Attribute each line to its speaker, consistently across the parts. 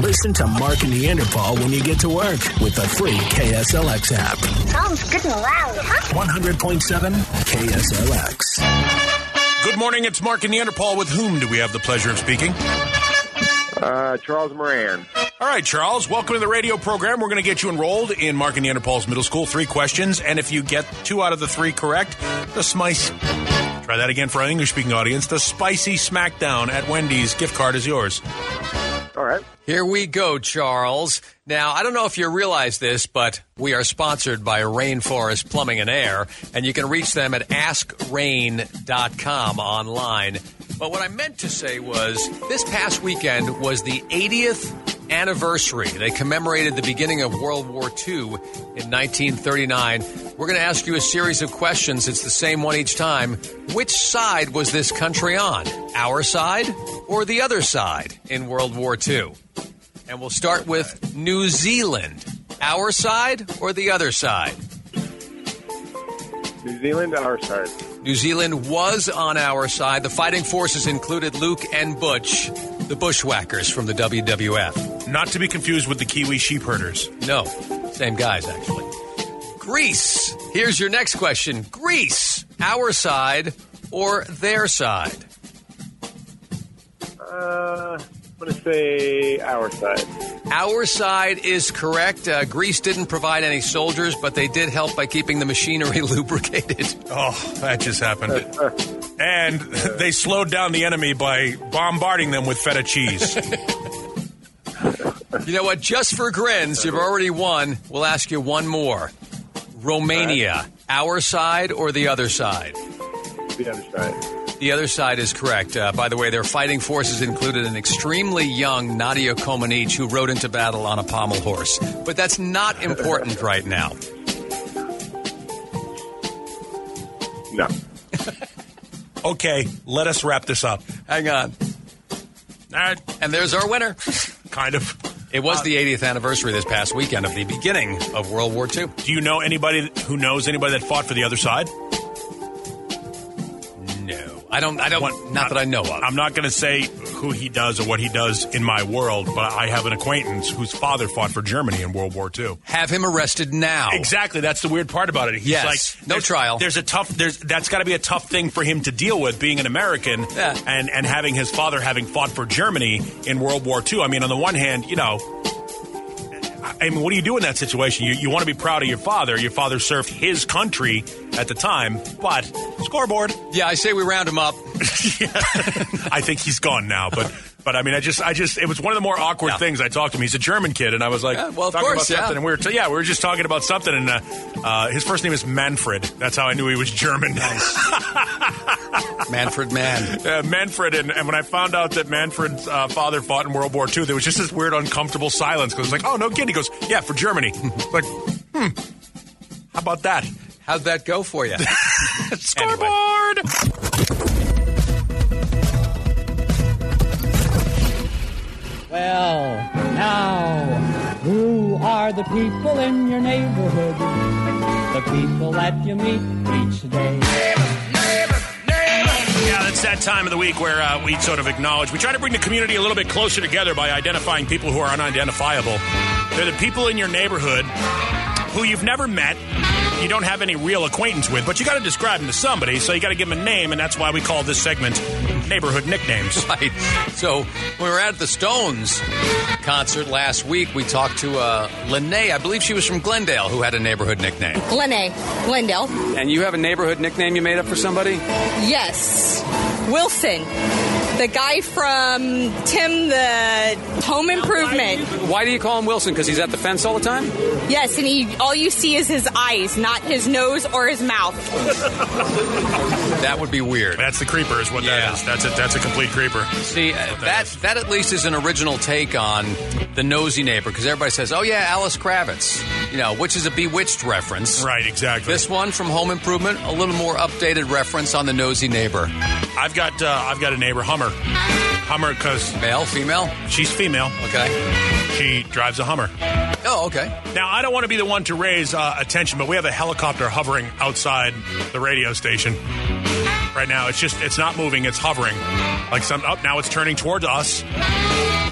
Speaker 1: Listen to Mark and Neanderthal when you get to work with the free KSLX app.
Speaker 2: Sounds good and loud, huh?
Speaker 1: 100.7 KSLX.
Speaker 3: Good morning. It's Mark and Neanderthal. With whom do we have the pleasure of speaking?
Speaker 4: Uh, Charles Moran.
Speaker 3: All right, Charles, welcome to the radio program. We're going to get you enrolled in Mark and Neanderthals Middle School. Three questions, and if you get two out of the three correct, the spice. Try that again for our English speaking audience. The spicy smackdown at Wendy's gift card is yours.
Speaker 4: All right.
Speaker 5: Here we go, Charles. Now, I don't know if you realize this, but we are sponsored by Rainforest Plumbing and Air, and you can reach them at askrain.com online. But what I meant to say was this past weekend was the 80th anniversary. They commemorated the beginning of World War II in 1939. We're going to ask you a series of questions. It's the same one each time. Which side was this country on? Our side or the other side in World War II? And we'll start with New Zealand. Our side or the other side?
Speaker 4: New Zealand, our side.
Speaker 5: New Zealand was on our side. The fighting forces included Luke and Butch, the bushwhackers from the WWF.
Speaker 3: Not to be confused with the Kiwi sheep herders.
Speaker 5: No, same guys, actually. Greece. Here's your next question Greece, our side or their side?
Speaker 4: Uh, I'm going to say our side.
Speaker 5: Our side is correct. Uh, Greece didn't provide any soldiers, but they did help by keeping the machinery lubricated.
Speaker 3: Oh, that just happened. and they slowed down the enemy by bombarding them with feta cheese.
Speaker 5: you know what? Just for grins, you've already won. We'll ask you one more Romania, our side or the other side?
Speaker 4: The other side.
Speaker 5: The other side is correct. Uh, by the way, their fighting forces included an extremely young Nadia Comaneci who rode into battle on a pommel horse. But that's not important right now.
Speaker 4: No.
Speaker 3: Okay, let us wrap this up.
Speaker 5: Hang on.
Speaker 3: All right,
Speaker 5: And there's our winner.
Speaker 3: kind of.
Speaker 5: It was the 80th anniversary this past weekend of the beginning of World War II.
Speaker 3: Do you know anybody who knows anybody that fought for the other side?
Speaker 5: No. I don't, I don't,
Speaker 3: What-
Speaker 5: not that I know of.
Speaker 3: I'm not going to say who he does or what he does in my world, but I have an acquaintance whose father fought for Germany in World War II.
Speaker 5: Have him arrested now.
Speaker 3: Exactly. That's the weird part about it. He's
Speaker 5: Yes.
Speaker 3: like
Speaker 5: No
Speaker 3: there's-
Speaker 5: trial.
Speaker 3: There's a tough. There's that's got to be a tough thing for him to deal with, being an American
Speaker 5: Yeah.
Speaker 3: and and having his father having fought for Germany in World War II. I mean, on the one hand, you know. I mean, what do you do in that situation? You, you want to be proud of your father. Your father served his country at the time, but scoreboard.
Speaker 5: Yeah, I say we round him up.
Speaker 3: I think he's gone now, but but I mean, I just I just it was one of the more awkward
Speaker 5: Yeah.
Speaker 3: things. I talked to him. He's a German kid, and I was like,
Speaker 5: Yeah, well, of
Speaker 3: talking
Speaker 5: course,
Speaker 3: about
Speaker 5: yeah.
Speaker 3: something, and we were t- yeah, we were just talking about something, and uh, uh, his first name is Manfred. That's how I knew he was German.
Speaker 5: Manfred Mann.
Speaker 3: uh, Manfred, and, and when I found out that Manfred's uh, father fought in World War II, there was just this weird, uncomfortable silence because it's like, oh no, kid. He goes, yeah, for Germany. like, hmm, how about that?
Speaker 5: How'd that go for you?
Speaker 3: Scoreboard.
Speaker 6: Well, now, who are the people in your neighborhood? The people that you meet each day.
Speaker 3: Yeah, it's that time of the week where uh, we sort of acknowledge. We try to bring the community a little bit closer together by identifying people who are unidentifiable. They're the people in your neighborhood who you've never met, you don't have any real acquaintance with, but you got to describe them to somebody, so you got to give them a name, and that's why we call this segment Neighborhood Nicknames.
Speaker 5: Right. So when we were at the Stones concert last week, we talked to uh, Lene. I believe she was from Glendale, who had a neighborhood nickname.
Speaker 7: Lene, Glendale.
Speaker 8: And you have a neighborhood nickname you made up for somebody?
Speaker 7: Yes. Wilson. The guy from Tim the Home Improvement.
Speaker 8: Why do you call him Wilson? Because he's at the fence all the time?
Speaker 7: Yes, and he all you see is his eyes, not his nose or his mouth.
Speaker 5: That would be weird.
Speaker 3: That's the creeper, is what
Speaker 5: Yeah.
Speaker 3: that is. That's a that's a complete creeper.
Speaker 5: See, uh, that that at least is an original take on the nosy neighbor because everybody says, "Oh yeah, Alice Kravitz," you know, which is a Bewitched reference.
Speaker 3: Right, exactly.
Speaker 5: This one from Home Improvement, a little more updated reference on the nosy neighbor.
Speaker 3: I've got uh, I've got a neighbor, Hummer. Hummer, because
Speaker 5: Male, female.
Speaker 3: she's female,
Speaker 5: Okay.
Speaker 3: she drives a Hummer.
Speaker 5: Oh, okay.
Speaker 3: Now, I don't want to be the one to raise uh, attention, but we have a helicopter hovering outside the radio station oh, right now. It's just, it's not moving, it's hovering. Like some, up now it's turning toward us.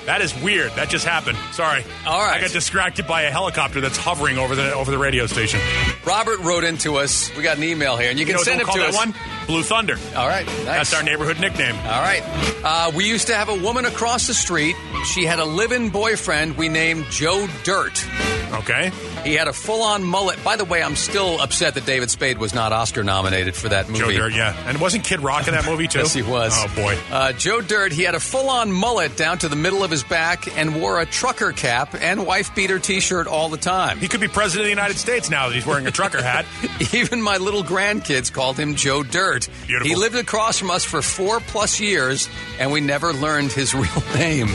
Speaker 3: That is weird. That just happened. Sorry.
Speaker 5: All right.
Speaker 3: I got distracted by a helicopter that's hovering over the over the radio station.
Speaker 5: Robert wrote into us. We got an email here, and you can
Speaker 3: You know,
Speaker 5: send
Speaker 3: don't
Speaker 5: it
Speaker 3: call that
Speaker 5: to us.
Speaker 3: one Blue Thunder.
Speaker 5: All right, nice.
Speaker 3: That's our neighborhood nickname.
Speaker 5: All right. Uh, we used to have a woman across the street. She had a live-in boyfriend we named Joe Dirt.
Speaker 3: Okay.
Speaker 5: He had a full-on mullet. By the way, I'm still upset that David Spade was not Oscar nominated for that
Speaker 3: Joe
Speaker 5: movie.
Speaker 3: Dirt, yeah. And wasn't Kid Rock in that movie, too?
Speaker 5: Yes, he was.
Speaker 3: Oh, boy.
Speaker 5: Uh, Joe Dirt, he had a full on mullet down to the middle of his back and wore a trucker cap and wife beater t shirt all the time.
Speaker 3: He could be president of the United States now that he's wearing a trucker hat.
Speaker 5: Even my little grandkids called him Joe Dirt.
Speaker 3: Beautiful.
Speaker 5: He lived across from us for four plus years, and we never learned his real name.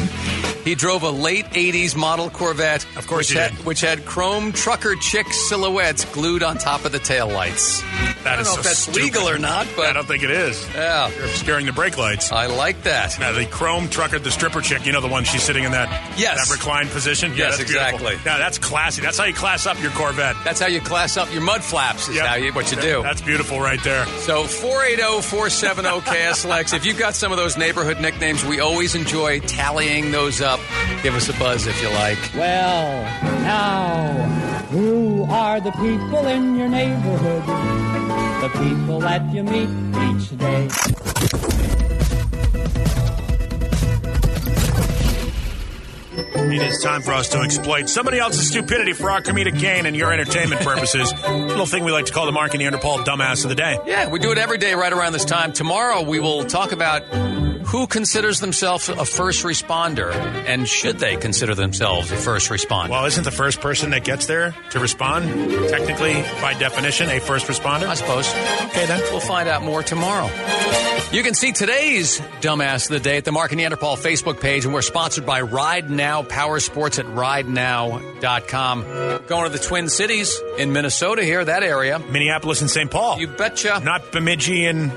Speaker 5: He drove a late 80s model Corvette,
Speaker 3: Of course
Speaker 5: which,
Speaker 3: he
Speaker 5: had,
Speaker 3: did.
Speaker 5: which had chrome trucker chick silhouettes glued on top of the taillights. I
Speaker 3: That
Speaker 5: don't
Speaker 3: is
Speaker 5: know
Speaker 3: so
Speaker 5: if that's
Speaker 3: stupid.
Speaker 5: legal or not,
Speaker 3: I
Speaker 5: but
Speaker 3: don't think it is.
Speaker 5: yeah, Uh,
Speaker 3: You're obscuring the brake lights.
Speaker 5: I like that.
Speaker 3: Now, the chrome trucker, the stripper chick, you know the one she's sitting in that, that
Speaker 5: Yes.
Speaker 3: reclined position? Yeah,
Speaker 5: Yes,
Speaker 3: that's beautiful.
Speaker 5: exactly.
Speaker 3: Yeah, that's classy. That's how you class up your Corvette.
Speaker 5: That's how you class up your mud flaps, is
Speaker 3: Yeah.
Speaker 5: how you, what you
Speaker 3: Yeah,
Speaker 5: do.
Speaker 3: That's beautiful right there.
Speaker 5: So oh, 480-470-KSLX. if you've got some of those neighborhood nicknames, we always enjoy tallying those up. Give us a buzz if you like.
Speaker 6: Well, now, who are the people in your neighborhood? The people that you meet each day.
Speaker 3: It is time for us to exploit somebody else's stupidity for our comedic gain and your entertainment purposes. Little thing we like to call the Mark and Neanderthal dumbass of the day.
Speaker 5: Yeah, we do it every day right around this time. Tomorrow we will talk about who considers themselves a first responder and should they consider themselves a first responder.
Speaker 3: Well, isn't the first person that gets there to respond technically, by definition, a first responder?
Speaker 5: I suppose.
Speaker 3: Okay, then.
Speaker 5: We'll find out more tomorrow. You can see today's Dumbass of the Day at the Mark and Neanderthal Facebook page, and we're sponsored by Ride Now Power Sports at ridenow.com. Going to the Twin Cities in Minnesota here, that area.
Speaker 3: Minneapolis and St. Paul.
Speaker 5: You betcha. Not,
Speaker 3: Not Bemidji and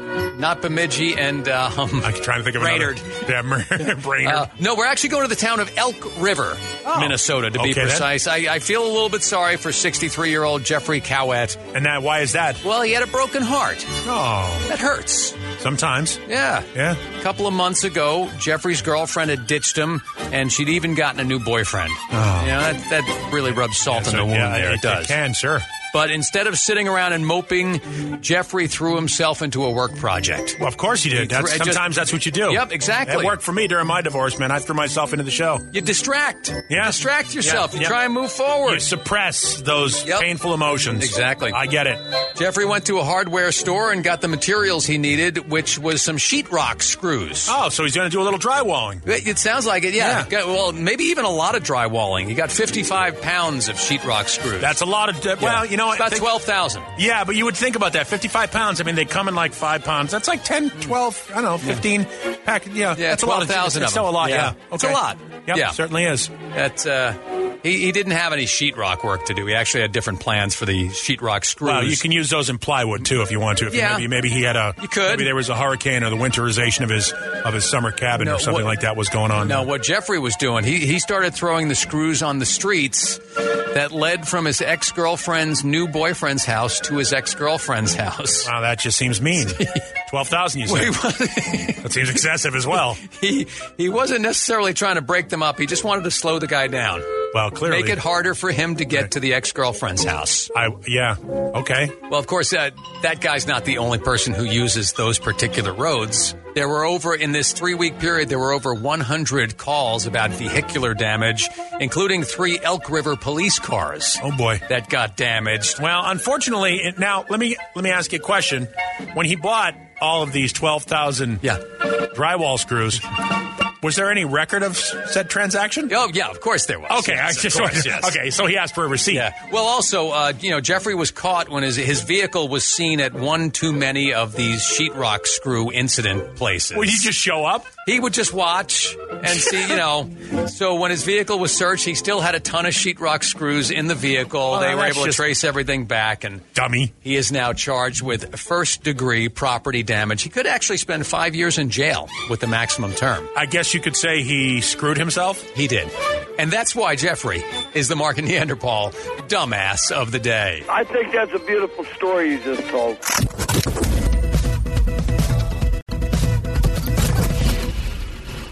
Speaker 5: Bemidji and. Um,
Speaker 3: I'm trying to think of
Speaker 5: Brainerd.
Speaker 3: another. Yeah, Mer- Brainerd.
Speaker 5: uh, no, we're actually going to the town of Elk River, Minnesota, to be
Speaker 3: Oh. Okay, then.
Speaker 5: precise. I, I feel a little bit sorry for 63 year old Jeffrey Cowett.
Speaker 3: and that, why is that?
Speaker 5: Well, he had a broken heart.
Speaker 3: Oh,
Speaker 5: That hurts.
Speaker 3: sometimes.
Speaker 5: Yeah.
Speaker 3: Yeah.
Speaker 5: A couple of months ago, Jeffrey's girlfriend had ditched him, and she'd even gotten a new boyfriend. You know, that, that really rubs salt in the wound
Speaker 3: Oh. yeah,
Speaker 5: there.
Speaker 3: it,
Speaker 5: It, does.
Speaker 3: can, sure.
Speaker 5: But instead of sitting around and moping, Jeffrey threw himself into a work project.
Speaker 3: Well, of course you did. That's,
Speaker 5: It just-
Speaker 3: sometimes that's what you do.
Speaker 5: Yep, exactly.
Speaker 3: It worked for me during my divorce, man. I threw myself into the show.
Speaker 5: You distract. You
Speaker 3: Yeah.
Speaker 5: distract yourself.
Speaker 3: Yeah,
Speaker 5: You
Speaker 3: yeah.
Speaker 5: try and move
Speaker 3: You
Speaker 5: forward.
Speaker 3: suppress those
Speaker 5: Yep.
Speaker 3: painful emotions.
Speaker 5: Exactly.
Speaker 3: I get it.
Speaker 5: Jeffrey went to a hardware store and got the materials he needed, which was some sheetrock screws.
Speaker 3: Oh, so he's going to do a little drywalling.
Speaker 5: It it sounds like it, yeah.
Speaker 3: Yeah.
Speaker 5: Got- Well, maybe even a lot of drywalling. He got 55 pounds of sheetrock screws.
Speaker 3: That's a lot of. uh, Well, you know what?
Speaker 5: About
Speaker 3: Think-
Speaker 5: 12,000.
Speaker 3: Yeah, but you would think about that. 55 pounds. I mean, they come in like five pounds. That's like 10, 12, I don't know, 15 pack. Yeah,
Speaker 5: Yeah,
Speaker 3: that's a lot. of-
Speaker 5: 12,000
Speaker 3: It's
Speaker 5: of
Speaker 3: still
Speaker 5: them.
Speaker 3: a lot,
Speaker 5: Yeah.
Speaker 3: yeah.
Speaker 5: It's a lot.
Speaker 3: Yep,
Speaker 5: Yeah.
Speaker 3: certainly is.
Speaker 5: That uh, he, he didn't have any sheetrock work to do. He actually had different plans for the sheetrock screws.
Speaker 3: Well, you can use those in plywood too if you want to. If you-
Speaker 5: Yeah.
Speaker 3: maybe, maybe he had a.
Speaker 5: You could.
Speaker 3: Maybe there was a hurricane or the winterization of his of his summer cabin
Speaker 5: No,
Speaker 3: or something
Speaker 5: what-
Speaker 3: like that was going on.
Speaker 5: now, what Jeffrey was doing, he, he started throwing the screws on the streets that led from his ex girlfriend's new boyfriend's house to his ex girlfriend's house.
Speaker 3: Wow, that just seems mean. Twelve thousand, you say? that seems excessive as well.
Speaker 5: He, he wasn't necessarily trying to break them up, he just wanted to slow the guy down,
Speaker 3: Well, clearly,
Speaker 5: make it harder for him to get
Speaker 3: Right.
Speaker 5: to the ex girlfriend's house.
Speaker 3: I yeah, okay.
Speaker 5: Well, of course, uh, that guy's not the only person who uses those particular roads. There were over, in this three week period, there were over 100 calls about vehicular damage, including three Elk River police cars
Speaker 3: Oh boy.
Speaker 5: that got damaged.
Speaker 3: Well, unfortunately, it, now let me let me ask you a question. When he bought all of these twelve thousand
Speaker 5: Yeah.
Speaker 3: drywall screws, was there any record of s- said transaction?
Speaker 5: Oh, yeah, of course there was.
Speaker 3: Okay,
Speaker 5: Yes,
Speaker 3: I
Speaker 5: of
Speaker 3: just
Speaker 5: course, yes.
Speaker 3: okay. So he asked for a receipt.
Speaker 5: Yeah. Well, also, uh, you know, Jeffrey was caught when his, his vehicle was seen at one too many of these sheetrock screw incident places.
Speaker 3: Will you just show up?
Speaker 5: He would just watch and see, you know. so when his vehicle was searched, he still had a ton of sheetrock screws in the vehicle. they were
Speaker 3: Oh, that's
Speaker 5: able to
Speaker 3: just-
Speaker 5: trace everything back, and
Speaker 3: Dummy.
Speaker 5: he is now charged with first degree property damage. He could actually spend five years in jail with the maximum term.
Speaker 3: I guess you could say he screwed himself.
Speaker 5: He did. And that's why Jeffrey is the Mark and Neanderthal dumbass of the day.
Speaker 9: I think that's a beautiful story you just told.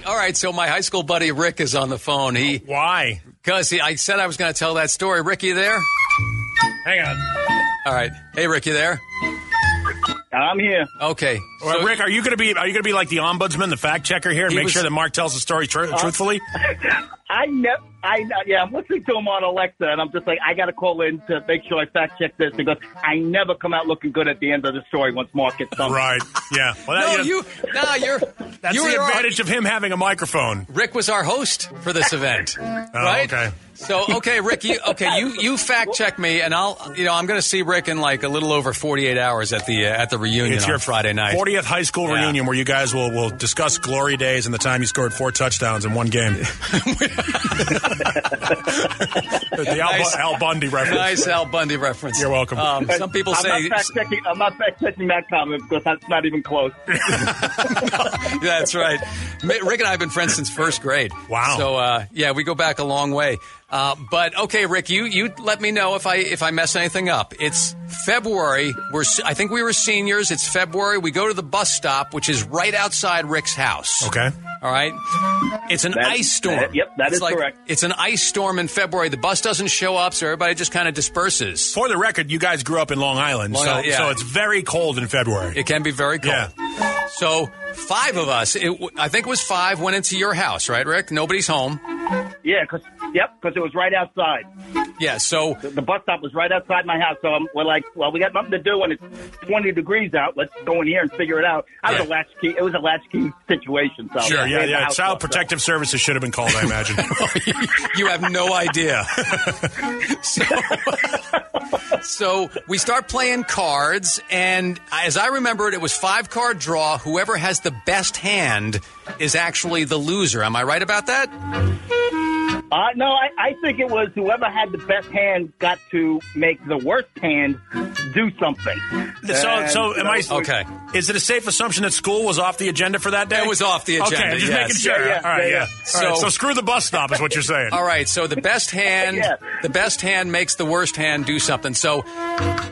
Speaker 5: All right, right, so my high school buddy Rick is on the phone. He
Speaker 3: Why?
Speaker 5: because I said I was going to tell that story. Rick, you there?
Speaker 3: Hang on.
Speaker 5: All right. Hey, Rick, you there?
Speaker 9: I'm here.
Speaker 5: Okay.
Speaker 3: Well,
Speaker 5: So-
Speaker 3: Rick, are you going to be are you going to be like the ombudsman, the fact checker here, and
Speaker 5: He
Speaker 3: make
Speaker 5: was-
Speaker 3: sure that Mark tells the story tru- truthfully?
Speaker 9: I never. I yeah. I'm listening to him on Alexa, and I'm just like, I got to call in to make sure I fact check this because I never come out looking good at the end of the story once Mark gets done.
Speaker 3: Right. Yeah. Well, that-
Speaker 5: no, you, nah, you're.
Speaker 3: That's
Speaker 5: you
Speaker 3: the
Speaker 5: were our-
Speaker 3: advantage of him having a microphone.
Speaker 5: Rick was our host for this event, right?
Speaker 3: Oh, okay.
Speaker 5: So okay, Rick, you okay? You you fact check me, and I'll you know I'm going to see Rick in like a little over 48 hours at the uh, at the reunion
Speaker 3: It's
Speaker 5: on
Speaker 3: your
Speaker 5: Friday night.
Speaker 3: 40th high school
Speaker 5: Yeah.
Speaker 3: reunion where you guys will, will discuss glory days and the time you scored four touchdowns in one game. the Al, Bu-
Speaker 5: Nice.
Speaker 3: Al Bundy reference.
Speaker 5: Nice Al Bundy reference.
Speaker 3: You're welcome.
Speaker 5: Um, some people
Speaker 9: I'm
Speaker 5: say
Speaker 9: not fact checking. I'm not fact checking that comment because that's not even close.
Speaker 5: That's right. Ma- Rick and I have been friends since first grade.
Speaker 3: Wow.
Speaker 5: So uh, yeah, we go back a long way. Uh, but okay, Rick, you you let me know if I if I mess anything up. It's February. We're s- I think we were seniors. It's February. We go to the bus stop, which is right outside Rick's house.
Speaker 3: Okay.
Speaker 5: All right. It's an
Speaker 9: That-
Speaker 5: ice storm.
Speaker 9: that- yep, that
Speaker 5: It's
Speaker 9: is correct.
Speaker 5: It's an ice storm in February. The bus doesn't show up, so everybody just kind of disperses.
Speaker 3: For the record, you guys grew up in Long Island,
Speaker 5: Long
Speaker 3: so,
Speaker 5: Island, yeah.
Speaker 3: so it's very cold in February.
Speaker 5: It can be very cold. So five of us, it, w- I think it was five, went into your house, right, Rick? Nobody's home.
Speaker 9: Yeah, because yep, because it was right outside.
Speaker 5: Yeah. So
Speaker 9: The bus stop was right outside my house, so I'm, we're like, well, we got nothing to do, and it's 20 degrees out. Let's go in here and figure it out. I was
Speaker 5: Right.
Speaker 9: a latchkey. It was a latchkey situation. So
Speaker 3: Sure,
Speaker 9: we
Speaker 3: yeah,
Speaker 9: had the
Speaker 3: yeah.
Speaker 9: house
Speaker 3: Child
Speaker 9: up, so-
Speaker 3: Protective Services should have been called, I imagine.
Speaker 5: you have no idea. so, so we start playing cards, and as I remember it, it was five card draw. Whoever has the best hand is actually the loser. Am I right about that?
Speaker 9: Uh, no, I, I think it was whoever had the best hand got to make the worst hand do something.
Speaker 3: so,
Speaker 9: And,
Speaker 3: so
Speaker 9: you
Speaker 3: am
Speaker 9: know,
Speaker 3: I?
Speaker 9: it was-
Speaker 5: Okay.
Speaker 3: Is it a safe assumption that school was off the agenda for that day?
Speaker 5: It was off the
Speaker 3: Okay,
Speaker 5: agenda,
Speaker 3: I'm just
Speaker 5: yes.
Speaker 3: making sure.
Speaker 9: Yeah, yeah,
Speaker 3: All right,
Speaker 9: yeah,
Speaker 3: yeah.
Speaker 9: yeah.
Speaker 3: All right,
Speaker 5: So-
Speaker 3: so screw the bus stop is what you're saying.
Speaker 5: All right, so the best hand,
Speaker 9: Yeah.
Speaker 5: the best hand makes the worst hand do something. So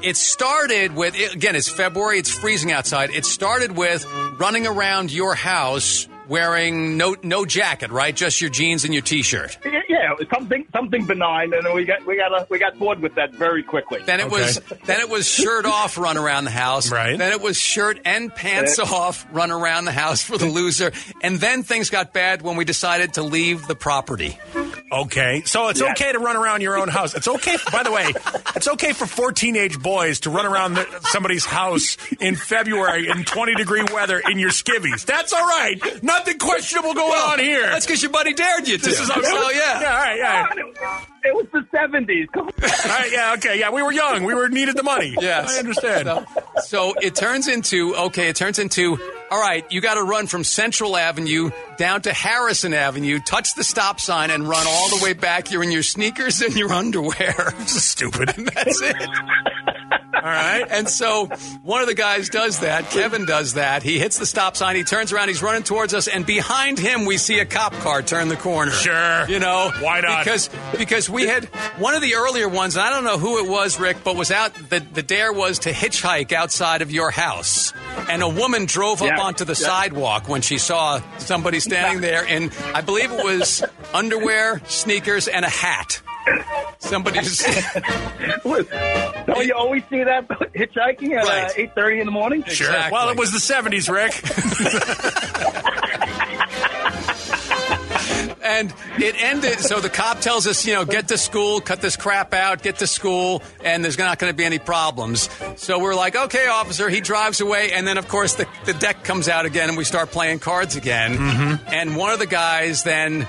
Speaker 5: it started with again, it's February, it's freezing outside. It started with running around your house wearing no no jacket, right? Just your jeans and your t-shirt.
Speaker 9: Yeah, yeah, it was something something benign, and then we got we got uh, we got bored with that very quickly.
Speaker 5: Then it was
Speaker 3: Okay.
Speaker 5: then it was shirt off run around the house.
Speaker 3: Right.
Speaker 5: Then it was shirt and pants off run around the house for the loser. And then things got bad when we decided to leave the property.
Speaker 3: Okay, so it's
Speaker 9: Yeah.
Speaker 3: okay to run around your own house. It's okay. By the way, it's okay for four teenage boys to run around the, somebody's house in February in 20 degree weather in your skivvies. That's all right. Nothing questionable going on here.
Speaker 5: That's because your buddy dared you to.
Speaker 3: this is
Speaker 5: so yeah.
Speaker 3: yeah. All right, yeah.
Speaker 9: God, Ah, it, was- it was the seventies.
Speaker 3: All right, yeah, okay, yeah. We were young. We were needed the money.
Speaker 5: Yes.
Speaker 3: I understand.
Speaker 5: So, so it turns into okay, it turns into all right, you got to run from Central Avenue down to Harrison Avenue, touch the stop sign, and run all the way back. You're in your sneakers and your underwear.
Speaker 3: Stupid.
Speaker 5: That's it.
Speaker 3: All right.
Speaker 5: And so one of the guys does that. Kevin does that. He hits the stop sign. He turns around. He's running towards us. And behind him, we see a cop car turn the corner.
Speaker 3: Sure.
Speaker 5: You know,
Speaker 3: Why not?
Speaker 5: Because because we had one of the earlier ones, and I don't know who it was, Rick, but was out. The, the dare was to hitchhike outside of your house, and a woman drove up
Speaker 9: Yeah.
Speaker 5: onto the
Speaker 9: Yeah.
Speaker 5: sidewalk when she saw somebody standing there in, I believe it was underwear, sneakers, and a hat. Somebody's.
Speaker 9: Don't you always see that hitchhiking at
Speaker 5: Right.
Speaker 9: uh, eight thirty in the morning?
Speaker 3: Sure.
Speaker 5: Exactly.
Speaker 3: Well, it was the 70s, Rick.
Speaker 5: And it ended. So the cop tells us, you know, get to school, cut this crap out, get to school, and there's not going to be any problems. So we're like, okay, officer. He drives away, and then of course the, the deck comes out again, and we start playing cards again. And one of the guys then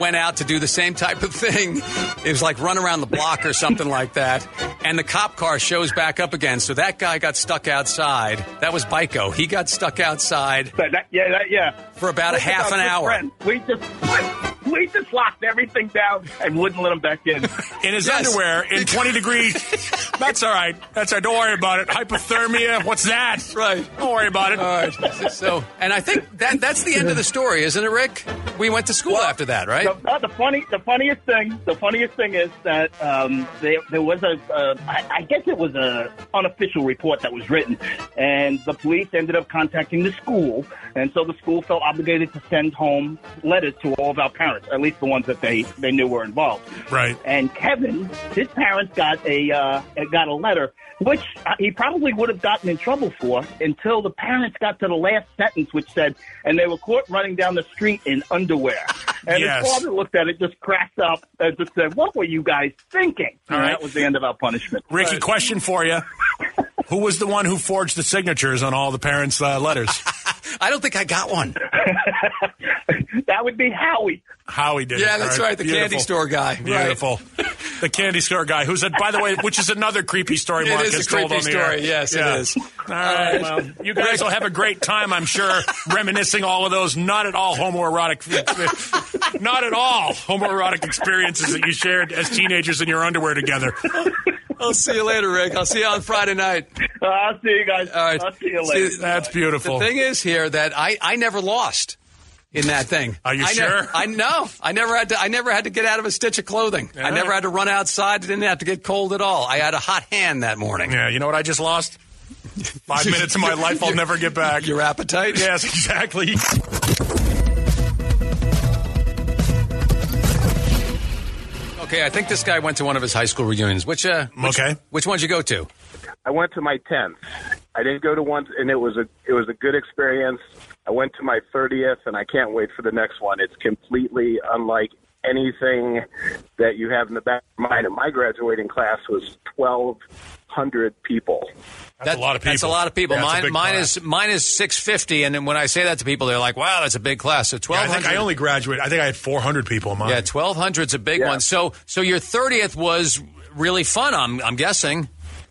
Speaker 5: went out to do the same type of thing. It was like run around the block or something like that. And the cop car shows back up again. So that guy got stuck outside. That was Bico. He got stuck outside
Speaker 9: But that, yeah, that, yeah.
Speaker 5: for about a
Speaker 9: Look at
Speaker 5: half
Speaker 9: our
Speaker 5: an
Speaker 9: good
Speaker 5: hour.
Speaker 9: friend. We just We just locked everything down and wouldn't let him back in.
Speaker 3: in his
Speaker 5: Yes.
Speaker 3: underwear in 20 degree. That's all right. That's all right. Don't worry about it. Hypothermia. What's that?
Speaker 5: Right.
Speaker 3: Don't worry about it.
Speaker 5: All right. So, and I think that that's the end of the story, isn't it, Rick? We went to school after that, right?
Speaker 9: The, uh, the funny, the funniest thing, the funniest thing is that um, there, there was a, uh, I, I guess it was a unofficial report that was written, and the police ended up contacting the school, and so the school felt obligated to send home letters to all of our parents, at least the ones that they they knew were involved.
Speaker 3: Right.
Speaker 9: And Kevin, his parents got a uh, got a letter, which uh, he probably would have gotten in trouble for until the parents got to the last sentence, which said, "And they were caught running down the street in underwear." And
Speaker 3: Yes.
Speaker 9: his father looked at it, just cracked up, and just said, "What were you guys thinking?"
Speaker 3: All
Speaker 9: And
Speaker 3: right.
Speaker 9: that was the end of our punishment.
Speaker 3: Ricky, question for you. Who was the one who forged the signatures on all the parents' uh, letters?
Speaker 5: I don't think I got one.
Speaker 9: That would be Howie.
Speaker 3: Howie did. it.
Speaker 5: Yeah, that's
Speaker 3: All
Speaker 5: right. The candy
Speaker 3: Beautiful.
Speaker 5: store guy.
Speaker 3: Beautiful. The candy store guy who said, by the way, which is another creepy story
Speaker 5: It
Speaker 3: Mark
Speaker 5: is a
Speaker 3: has told
Speaker 5: creepy
Speaker 3: on the air.
Speaker 5: story. Yes, it is.
Speaker 3: All right. Well, you guys will have a great time, I'm sure, reminiscing all of those not at all homoerotic, not at all homoerotic experiences that you shared as teenagers in your underwear together.
Speaker 5: Right. I'll see you later, Rick. I'll see you on Friday night.
Speaker 9: Uh, I'll see you guys.
Speaker 5: All right.
Speaker 9: I'll see you later.
Speaker 3: That's beautiful.
Speaker 5: The thing is here that I, I never lost in that thing.
Speaker 3: Are you
Speaker 5: I
Speaker 3: sure?
Speaker 5: Never, I know. I never had to. I never had to get out of a stitch of clothing. I never had to run outside. I didn't have to get cold at all. I had a hot hand that morning.
Speaker 3: yeah, you know what I just lost? Five minutes of my life I'll never get back.
Speaker 5: Your appetite.
Speaker 3: Yes, exactly.
Speaker 5: Okay. I think this guy went to one of his high school reunions. Which uh, which,
Speaker 3: Okay.
Speaker 5: Which one'd you go to?
Speaker 4: I went to my tenth. I didn't go to one, and it was a it was a good experience. I went to my thirtieth, and I can't wait for the next one. It's completely unlike anything that you have in the back of your mind. And my graduating class was twelve hundred people.
Speaker 3: That's a lot of people.
Speaker 5: That's a lot of people.
Speaker 3: Yeah, that's a
Speaker 5: mine,
Speaker 3: big
Speaker 5: mine
Speaker 3: class.
Speaker 5: is mine is six fifty, and then when I say that to people, they're like, "Wow, that's a big class." So
Speaker 3: Yeah,
Speaker 5: twelve
Speaker 3: I think
Speaker 5: hundred.
Speaker 3: I only graduated. I think I had 400 people in mine.
Speaker 5: yeah, twelve hundred's a big
Speaker 4: Yeah.
Speaker 5: one. So so your thirtieth was really fun. I'm I'm guessing.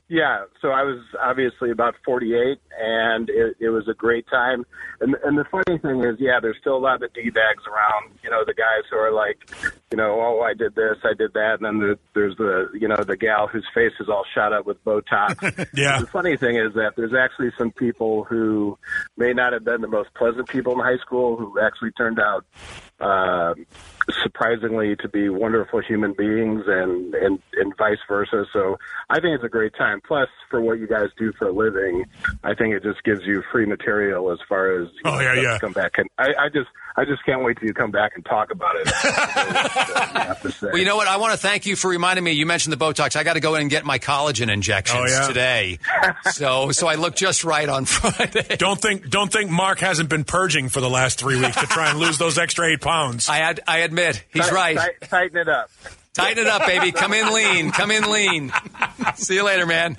Speaker 4: Yeah, so I was obviously about 48, and it, it was a great time. And and the funny thing is, yeah, there's still a lot of d bags around. You know, the guys who are like, you know, oh, I did this, I did that, and then there, there's the you know the gal whose face is all shot up with Botox.
Speaker 3: Yeah.
Speaker 4: The funny thing is that there's actually some people who may not have been the most pleasant people in high school who actually turned out um, surprisingly to be wonderful human beings and, and, and vice versa. So I think it's a great time. Plus, for what you guys do for a living, I think it just gives you free material as far as you
Speaker 3: Oh, yeah,
Speaker 4: stuff to
Speaker 3: yeah.
Speaker 4: come back and I, I just I just can't wait till you come back and talk about it. I have to say.
Speaker 5: Well, you know what? I want to thank you for reminding me. You mentioned the Botox. I got to go in and get my collagen injections
Speaker 3: Oh, yeah.
Speaker 5: today. so, so I look just right on Friday.
Speaker 3: Don't think don't think Mark hasn't been purging for the last three weeks to try and lose those extra eight pounds.
Speaker 5: I ad- I admit he's
Speaker 4: Tight-
Speaker 5: right.
Speaker 4: tight- tighten it up.
Speaker 5: Tighten it up, baby. Come in lean. Come in lean. See you later, man.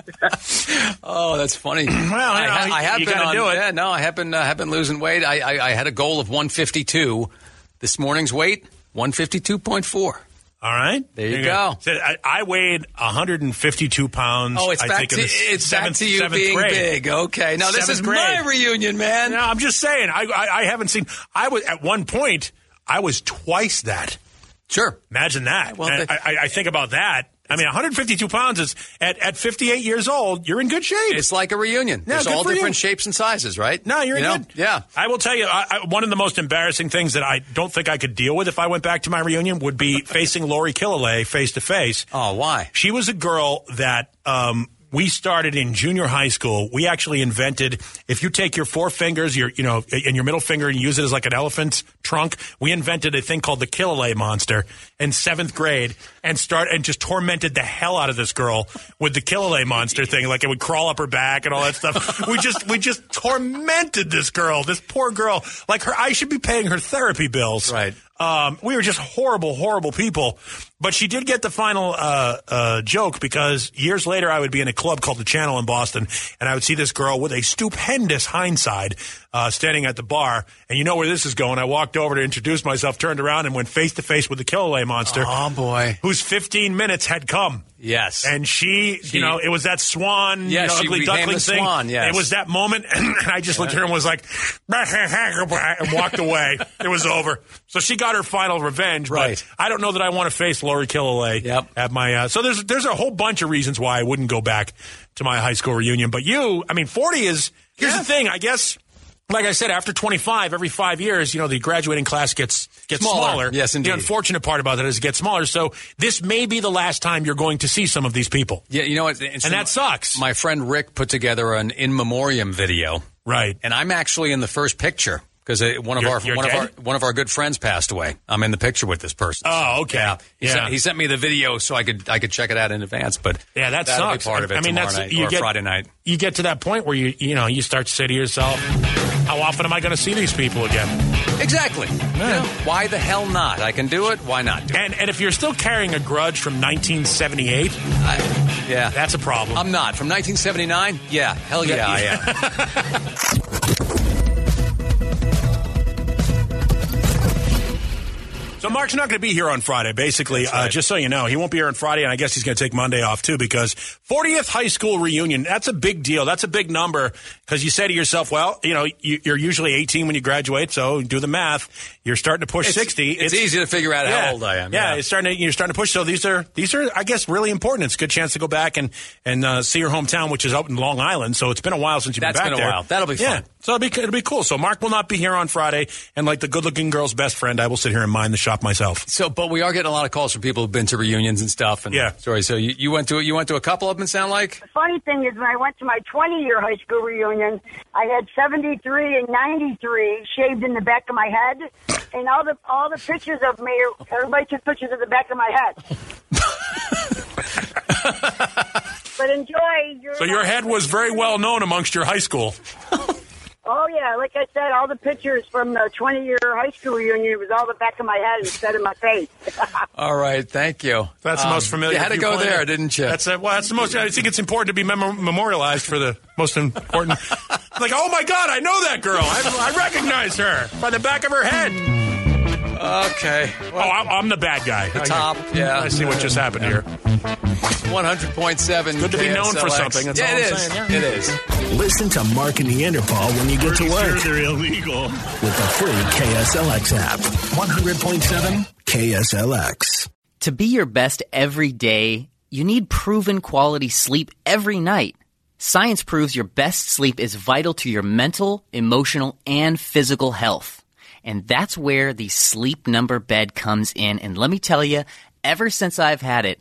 Speaker 5: Oh, that's funny. Well, I,
Speaker 3: you
Speaker 5: ha-
Speaker 3: know,
Speaker 5: I have
Speaker 3: you
Speaker 5: been
Speaker 3: gotta
Speaker 5: on.
Speaker 3: do it.
Speaker 5: Yeah, no, I have been. Uh, have been losing weight. I, I I had a goal of 152. This morning's weight 152.4.
Speaker 3: All right,
Speaker 5: There you go.
Speaker 3: So I, I weighed 152 pounds.
Speaker 5: Oh, it's
Speaker 3: I
Speaker 5: back
Speaker 3: think,
Speaker 5: to
Speaker 3: in the s-
Speaker 5: it's back
Speaker 3: seventh,
Speaker 5: to you
Speaker 3: seventh
Speaker 5: being
Speaker 3: grade.
Speaker 5: big. Okay, now this
Speaker 3: Seventh
Speaker 5: is
Speaker 3: grade.
Speaker 5: my reunion, man.
Speaker 3: No, I'm just saying. I, I I haven't seen. I was at one point. I was twice that.
Speaker 5: Sure.
Speaker 3: Imagine that.
Speaker 5: Well,
Speaker 3: And
Speaker 5: the-
Speaker 3: I, I, I think about that. I mean, 152 pounds is at, at 58 years old. You're in good shape.
Speaker 5: It's like a reunion.
Speaker 3: Yeah,
Speaker 5: There's
Speaker 3: good
Speaker 5: all
Speaker 3: for you.
Speaker 5: different shapes and sizes, right?
Speaker 3: No, you're
Speaker 5: You know?
Speaker 3: good.
Speaker 5: Yeah.
Speaker 3: I will tell you, I, I, one of the most embarrassing things that I don't think I could deal with if I went back to my reunion would be facing Lori Killalay face to face.
Speaker 5: Oh, why?
Speaker 3: She was a girl that um, we started in junior high school. We actually invented if you take your four fingers, your you know, and your middle finger and use it as like an elephant's trunk. We invented a thing called the Killalay monster in seventh grade, and start and just tormented the hell out of this girl with the Killalay monster thing. Like it would crawl up her back and all that stuff. we just we just tormented this girl, this poor girl. Like her, I should be paying her therapy bills.
Speaker 5: Right.
Speaker 3: Um, we were just horrible, horrible people. But she did get the final uh, uh, joke because years later I would be in a club called the Channel in Boston, and I would see this girl with a stupendous hindside uh, standing at the bar. And you know where this is going. I walked over to introduce myself, turned around, and went face to face with the Killalay monster,
Speaker 5: Oh boy.
Speaker 3: whose 15 minutes had come.
Speaker 5: Yes.
Speaker 3: And she,
Speaker 5: She-
Speaker 3: you know, it was that swan,
Speaker 5: Yes,
Speaker 3: you know,
Speaker 5: she
Speaker 3: ugly
Speaker 5: became
Speaker 3: duckling
Speaker 5: the
Speaker 3: thing.
Speaker 5: swan, yes.
Speaker 3: It was that moment, and I just looked at her and was like, and walked away. it was over. So she got her final revenge. but
Speaker 5: Right.
Speaker 3: I don't know that I want to face Lori Killalay
Speaker 5: Yep.
Speaker 3: at my. Uh, so there's there's a whole bunch of reasons why I wouldn't go back to my high school reunion. But you, I mean, 40 is. Here's the thing, I guess. Like I said, after 25, every five years, you know, the graduating class gets gets
Speaker 5: Smaller.
Speaker 3: smaller.
Speaker 5: Yes, indeed.
Speaker 3: The unfortunate part about that is it gets smaller. So this may be the last time you're going to see some of these people.
Speaker 5: Yeah, you know what? And
Speaker 3: that sucks.
Speaker 5: My friend Rick put together an in memoriam video,
Speaker 3: Right.
Speaker 5: and I'm actually in the first picture because one of
Speaker 3: You're-
Speaker 5: our
Speaker 3: you're
Speaker 5: one of our
Speaker 3: dead?
Speaker 5: one of our good friends passed away. I'm in the picture with this person.
Speaker 3: Oh, okay.
Speaker 5: Yeah, he,
Speaker 3: Yeah.
Speaker 5: Sent, he sent me the video so I could I could check it out in advance. But
Speaker 3: Yeah, that
Speaker 5: that'll
Speaker 3: sucks.
Speaker 5: Be part of it.
Speaker 3: I mean,
Speaker 5: tomorrow
Speaker 3: that's
Speaker 5: night
Speaker 3: you
Speaker 5: or
Speaker 3: get
Speaker 5: Friday night.
Speaker 3: You get to that point where you you know you start to say to yourself, "How often am I going to see these people again?"
Speaker 5: Exactly. You know, why the hell not? I can do it. Why not? Do it?
Speaker 3: And and if you're still carrying a grudge from 1978,
Speaker 5: I- yeah.
Speaker 3: that's a problem.
Speaker 5: I'm not from 1979. Yeah, hell yeah, I am.
Speaker 3: so Mark's not going to be here on Friday. Basically, uh, just so you know, he won't be here on Friday, and I guess he's going to take Monday off too because 40th high school reunion. That's a big deal. That's a big number because you say to yourself, "Well, you know, you, you're usually 18 when you graduate, so do the math. You're starting to push 60.
Speaker 5: It's, easy to figure out how old I am.
Speaker 3: Yeah, it's starting. To, you're starting to push. So these are these are, I guess, really important. It's a good chance to go back and and uh, see your hometown, which is out in Long Island. So it's been a while since you've
Speaker 5: That's
Speaker 3: been back
Speaker 5: been a
Speaker 3: there.
Speaker 5: while. That'll be
Speaker 3: yeah.
Speaker 5: fun.
Speaker 3: So it'll be it'll be cool. So Mark will not be here on Friday, and like the good-looking girl's best friend, I will sit here and mind the shop myself.
Speaker 5: So, but we are getting a lot of calls from people who've been to reunions and stuff. And
Speaker 3: Yeah.
Speaker 5: Sorry. So you, you went to you went to a couple of them. Sound like
Speaker 2: Funny thing is, when I went to my 20 year high school reunion, I had 73 and 93 shaved in the back of my head, and all the all the pictures of me, everybody took pictures of the back of my head. but enjoy your.
Speaker 3: So your head was very well known amongst your high school.
Speaker 2: Oh yeah, like I said, all the pictures from the 20 year high school reunion was all the back of my head instead of my face.
Speaker 5: all right. Thank you.
Speaker 3: That's the
Speaker 5: Um,
Speaker 3: most familiar.
Speaker 5: You had to go
Speaker 3: viewpoint.
Speaker 5: there, didn't you?
Speaker 3: That's a, well. That's the most. I think it's important to be memo- memorialized for the most important. like, oh my God, I know that girl. I, I recognize her by the back of her head.
Speaker 5: okay.
Speaker 3: Oh, I'm, I'm the bad guy. The
Speaker 5: top, yeah.
Speaker 3: I see what just happened here.
Speaker 5: One hundred point seven.
Speaker 3: good to be known for something, that's
Speaker 5: yeah,
Speaker 3: all
Speaker 5: it
Speaker 3: I'm
Speaker 5: is.
Speaker 3: saying,
Speaker 5: It is.
Speaker 1: Listen to Mark and Neanderthal when you get to work
Speaker 10: they're illegal.
Speaker 1: with the free KSLX app. 100.7 KSLX.
Speaker 11: To be your best every day, you need proven quality sleep every night. Science proves your best sleep is vital to your mental, emotional, and physical health. And that's where the sleep number bed comes in. And let me tell you, ever since I've had it,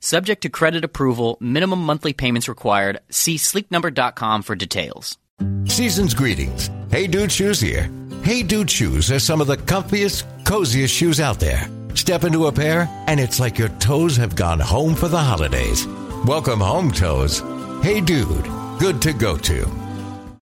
Speaker 11: Subject to credit approval, minimum monthly payments required. See sleepnumber.com for details.
Speaker 10: Season's greetings. Hey Dude Shoes here. Hey Dude Shoes are some of the comfiest, coziest shoes out there. Step into a pair, and it's like your toes have gone home for the holidays. Welcome home, toes. Hey Dude, good to go to.